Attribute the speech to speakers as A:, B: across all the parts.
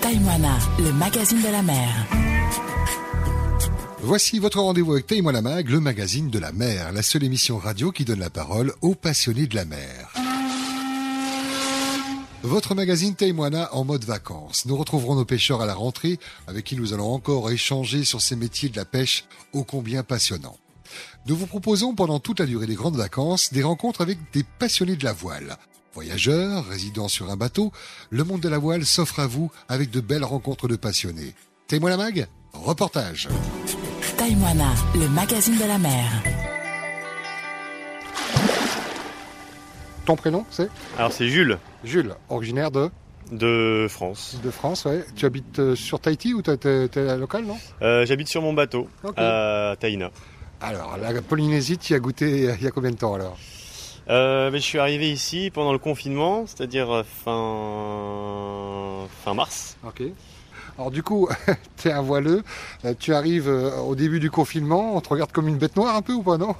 A: Taïmoana, le magazine de la mer.
B: Voici votre rendez-vous avec Paye-moi la Mag, le magazine de la mer, la seule émission radio qui donne la parole aux passionnés de la mer. Votre magazine Taïmoana en mode vacances. Nous retrouverons nos pêcheurs à la rentrée avec qui nous allons encore échanger sur ces métiers de la pêche ô combien passionnants. Nous vous proposons pendant toute la durée des grandes vacances des rencontres avec des passionnés de la voile. Voyageurs, résidant sur un bateau, le monde de la voile s'offre à vous avec de belles rencontres de passionnés. Témoin la mag Reportage.
A: Taïmoana, le magazine de la mer.
B: Ton prénom, c'est
C: Alors c'est Jules
B: Jules, originaire de,
C: de France.
B: de France, ouais. Tu habites euh, sur Tahiti ou t'es, t'es- t'es local, non
C: Euh, J'habite sur mon bateau
B: Ok.
C: à Taïna.
B: Alors, la Polynésie, tu y as goûté euh, il y a combien de temps alors
C: Euh, mais je suis arrivé ici pendant le confinement, c'est-à-dire euh, fin fin mars.
B: Ok. Alors du coup, t'es un voileux, euh, tu arrives euh, au début du confinement, on te regarde comme une bête noire un peu ou pas, non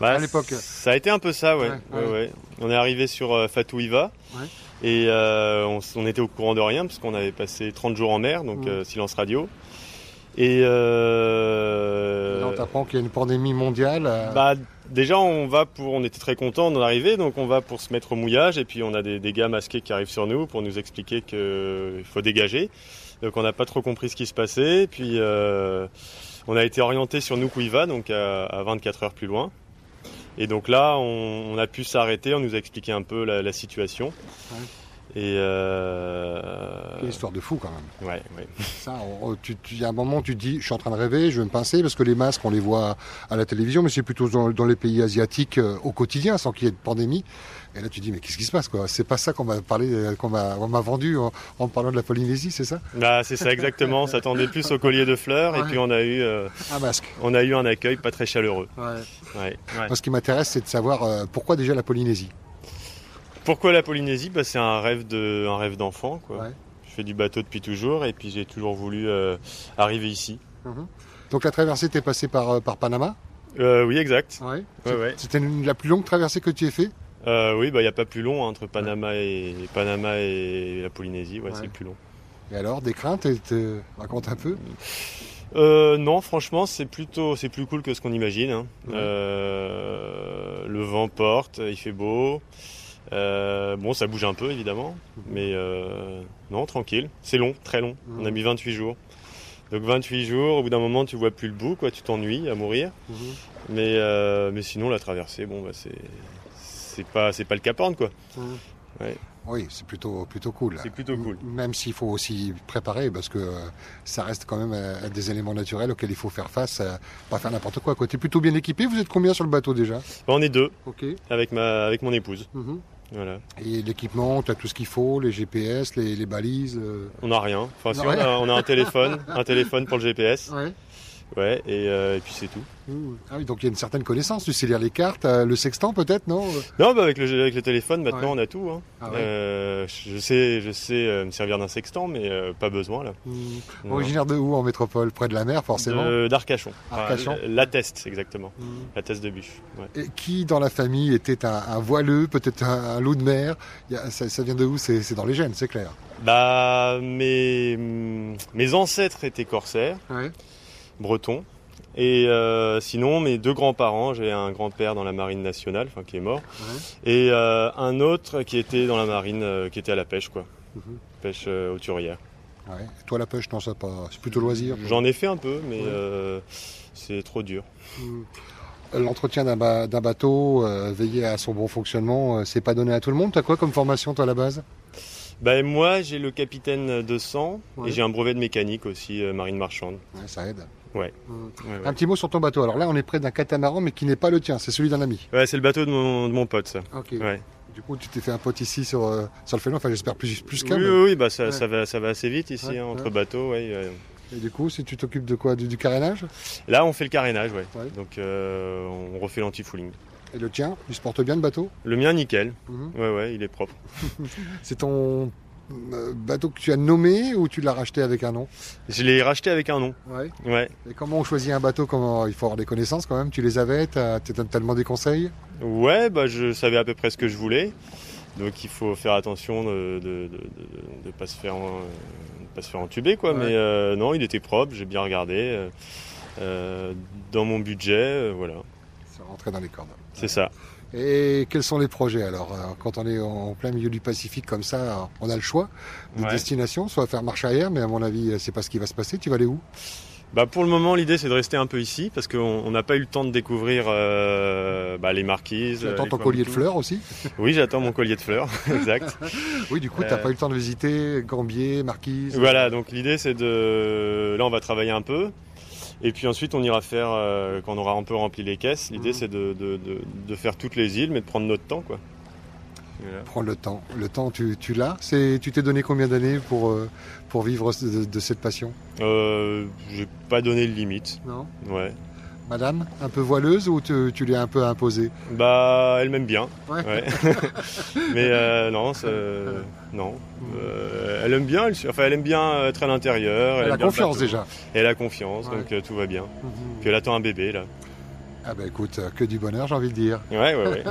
C: Bah,
B: À l'époque.
C: Ça a été un peu ça, ouais.
B: Ouais,
C: Ouais,
B: ouais.
C: ouais. On est arrivé sur euh, Fatouiva
B: Ouais.
C: et euh, on, s- on était au courant de rien parce qu'on avait passé 30 jours en mer, donc
B: Mhm.
C: euh, silence radio. Et euh,
B: Là, on t'apprend qu'il y a une pandémie mondiale. euh,
C: Bah, déjà, on va pour. On était très contents d'en arriver, donc on va pour se mettre au mouillage. Et puis, on a des, des gars masqués qui arrivent sur nous pour nous expliquer qu'il faut dégager. Donc, on n'a pas trop compris ce qui se passait. Et puis, euh, on a été orienté sur Nukuiva, donc à, à 24 heures plus loin. Et donc là, on, on a pu s'arrêter. On nous a expliqué un peu la, la situation. Et euh,
B: Une histoire de fou quand même.
C: ouais, ouais.
B: Ça, on- on- tu- tu- il y a un moment, tu te dis, je suis en train de rêver, je vais me pincer parce que les masques, on les voit à la télévision, mais c'est plutôt dans, dans les pays asiatiques euh, au quotidien, sans qu'il y ait de pandémie. Et là, tu te dis, mais qu'est-ce qui se passe quoi C'est pas ça qu'on m'a parlé, euh, qu'on m'a on m'a vendu en, en parlant de la Polynésie, c'est ça
C: Bah, c'est ça exactement. On s'attendait plus au collier de fleurs. Et
B: Ouais.
C: puis, on a eu, euh,
B: Un masque.
C: on a eu un accueil pas très chaleureux. Ouais. Ouais.
B: Moi, ce qui m'intéresse, c'est de savoir euh, pourquoi déjà la Polynésie.
C: Pourquoi la Polynésie bah, C'est un rêve de, un rêve d'enfant. Quoi.
B: Ouais.
C: Je fais du bateau depuis toujours et puis j'ai toujours voulu euh, arriver ici.
B: Donc la traversée, t'es passée par, euh, par Panama
C: Euh, oui, exact.
B: ouais.
C: Ouais, ouais.
B: C'était une- la plus longue traversée que tu aies fait
C: Euh, oui, bah il n'y a pas plus long hein, entre Panama et Panama et la Polynésie. Ouais,
B: Ouais.
C: c'est le plus long.
B: Et alors, des craintes et te- Raconte un peu.
C: Euh, non, franchement, c'est plutôt, c'est plus cool que ce qu'on imagine. hein.
B: Ouais.
C: Euh, le vent porte, il fait beau. Euh, bon, ça bouge un peu évidemment, mais euh, non, tranquille. C'est long, très long.
B: Mhm.
C: On a mis 28 jours. Donc 28 jours, au bout d'un moment, tu vois plus le bout, quoi. Tu t'ennuies à mourir. Mais, euh, mais sinon, la traversée, bon, bah, c'est, c'est pas, c'est pas le Cap Horn, quoi.
B: Oui, c'est plutôt, plutôt cool.
C: C'est plutôt cool.
B: Même s'il faut aussi préparer, parce que euh, ça reste quand même euh, des éléments naturels auxquels il faut faire face, euh, pas faire n'importe quoi. quoi. T'es plutôt bien équipé, vous êtes combien sur le bateau déjà
C: Bah, on est deux
B: Ok. mhm.
C: avec ma, avec mon épouse. Voilà.
B: Et l'équipement, t'as tout ce qu'il faut, les GPS, les, les balises. euh,
C: On a rien. Enfin, si
B: Ouais.
C: on, a, on a un téléphone, un téléphone pour le GPS.
B: Ouais.
C: Ouais, et, euh, et puis c'est tout.
B: Mmh. Ah oui, donc il y a une certaine connaissance, tu sais lire les cartes, euh, le sextant peut-être, non
C: Non, bah, avec le, avec le téléphone, maintenant, on a tout. hein.
B: Ah ouais.
C: Euh, je sais, je sais euh, me servir d'un sextant, mais euh, pas besoin là.
B: Mmh.
C: Non.
B: Originaire de où en métropole Près de la mer forcément
C: De- D'Arcachon. Enfin,
B: Arcachon.
C: la- la teste, exactement.
B: Mmh.
C: La teste de bûche. ouais.
B: Et qui dans la famille était un, un voileux, peut-être un, un loup de mer Il y a- ça, ça vient de où C'est c'est dans les gènes, c'est clair.
C: Bah, mes, mes ancêtres étaient corsaires.
B: Ouais.
C: breton. Et euh, sinon, mes deux grands-parents, j'ai un grand-père dans la marine nationale, enfin qui est mort, et euh, un autre qui était dans la marine, euh, qui était à la pêche, quoi.
B: Mhm.
C: Pêche euh, hauturière.
B: Ah Ouais. Et Toi, la pêche, non, ça pas. C'est plutôt loisir.
C: J'en ai fait un peu, mais
B: Ouais.
C: euh, c'est trop dur.
B: Mm. L'entretien d'un ba- d'un bateau, euh, veiller à son bon fonctionnement, euh, c'est pas donné à tout le monde. T'as quoi comme formation, toi, à la base
C: Bah, et moi, j'ai le capitaine de sang,
B: Ouais.
C: et j'ai un brevet de mécanique aussi, euh, marine marchande. Ah.
B: Ouais, Ça aide.
C: Ouais.
B: Mm.
C: Ouais, ouais.
B: Un petit mot sur ton bateau. Alors là, on est près d'un catamaran, mais qui n'est pas le tien, c'est celui d'un ami.
C: Ouais, c'est le bateau de mon, de mon pote, ça.
B: Ok.
C: Ouais.
B: Du coup, tu t'es fait un pote ici sur, euh, sur le phénomène. Enfin, j'espère plus, plus
C: Oui,
B: qu'un. mais-
C: oui, oui, bah, ça,
B: Ouais.
C: ça, va, ça va assez vite ici,
B: Ouais,
C: hein, entre
B: ouais.
C: bateaux. ouais, euh,
B: Et du coup, si tu t'occupes de quoi du, du carénage
C: Là, on fait le carénage, ouais.
B: Ouais.
C: Donc, euh, on refait l'anti-fouling.
B: Et le tien Il se porte bien, le bateau
C: Le mien, nickel.
B: Mhm.
C: Ouais, ouais, il est propre.
B: C'est ton euh, bateau que tu as nommé ou tu l'as racheté avec un nom
C: Je l'ai racheté avec un nom.
B: Ouais.
C: Ouais.
B: Et comment on choisit un bateau comment... Il faut avoir des connaissances quand même. Tu les avais T'as t'as- t'as demandé conseil
C: Ouais, bah, je savais à peu près ce que je voulais. Donc il faut faire attention de ne de, de- de- de pas se faire euh, pas se faire entuber quoi.
D: Ouais.
C: Mais euh, non, il était propre, j'ai bien regardé. euh, euh, dans mon budget, euh, voilà.
B: Ça rentrait dans les cordes.
C: C'est ça.
B: Et quels sont les projets alors euh, Quand on est en plein milieu du Pacifique comme ça, on a le choix de
C: Ouais.
B: destination, soit faire marche arrière, mais à mon avis, euh, c'est pas ce qui va se passer. Tu vas aller où
C: Bah pour le moment, l'idée c'est de rester un peu ici parce qu'on on n'a pas eu le temps de découvrir euh, bah, les marquises.
B: Tu attends
C: les
B: ton collier de
C: Tuamotu.
B: fleurs aussi
C: Oui, j'attends mon collier de fleurs, exact.
B: Oui, du coup, t'as
C: Euh.
B: pas eu le temps de visiter Gambier, Marquise.
C: Voilà, donc l'idée c'est de. Là, on va travailler un peu. Et puis ensuite, on ira faire, euh, quand on aura un peu rempli les caisses, l'idée
B: Mhm.
C: c'est de, de- de- de faire toutes les îles, mais de prendre notre temps, quoi. Voilà.
B: Prends le temps. Le temps, tu, tu l'as. C'est, tu t'es donné combien d'années pour euh, pour vivre ce- de, de cette passion
C: Euh, J'ai pas donné de limite,
B: Non.
C: ouais.
B: Madame, un peu voileuse ou tu, tu l'es un peu imposée
C: Bah, elle m'aime bien,
B: Ouais.
C: ouais. mais euh, non, c'est- non. Euh, elle aime bien, elle, enfin, elle aime bien être à l'intérieur.
B: Elle
C: aime
B: a
C: bien le
B: confiance
C: bateau.
B: déjà.
C: Elle a confiance,
B: Ouais.
C: donc euh, tout va bien.
B: Mhm.
C: Puis elle attend un bébé, là.
B: Ah ben écoute, euh, que du bonheur, j'ai envie de dire.
C: Ouais, ouais, ouais.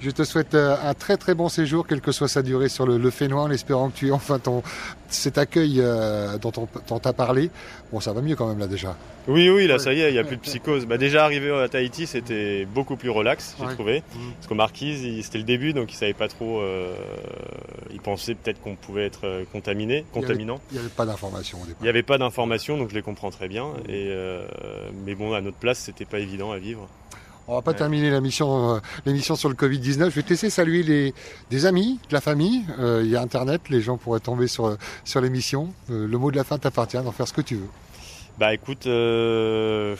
B: Je te souhaite euh, un très très bon séjour, quelle que soit sa durée, sur le, le Fénois, en espérant que tu aies enfin ton, cet accueil euh, dont on dont t'as parlé. Bon, ça va mieux quand même là déjà.
C: Oui, oui, là,
B: Ouais.
C: ça y est, il n'y a plus de psychose. Bah, déjà arrivé à Tahiti, c'était beaucoup plus relax, j'ai
B: Ouais.
C: trouvé.
B: Mhm.
C: Parce qu'aux Marquises, il- c'était le début, donc ils ne savaient pas trop. euh, ils pensaient peut-être qu'on pouvait être euh, contaminé,
B: avait-
C: contaminant.
B: Il n'y avait pas d'information au
C: Il
B: départ.
C: n'y avait pas d'informations, donc je les comprends très bien. Et, euh, mais bon, à notre place, c'était pas évident à vivre.
B: On va pas
C: Ouais.
B: terminer la mission, euh, l'émission sur le Covid-19. Je vais te laisser saluer les, des amis, de la famille. Euh, Il y a Internet, les gens pourraient tomber sur, sur l'émission. Euh, le mot de la fin t'appartient, d'en faire ce que tu veux.
C: Bah écoute, euh,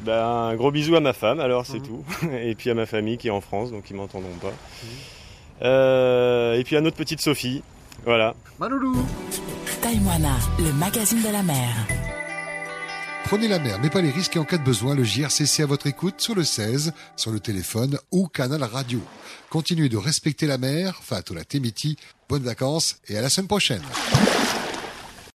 C: bah, un gros bisou à ma femme, alors c'est
B: Mhm.
C: tout. Et puis à ma famille qui est en France, donc ils m'entendront pas.
B: Mm.
C: Euh, et puis à notre petite Sophie. Voilà.
B: Maloulou
A: Taïwana, le magazine de la mer.
B: Prenez la mer, mais pas les risques et en cas de besoin, le JRCC à votre écoute sur le 16, sur le téléphone ou canal radio. Continuez de respecter la mer, Fatola Temiti, bonnes vacances et à la semaine prochaine.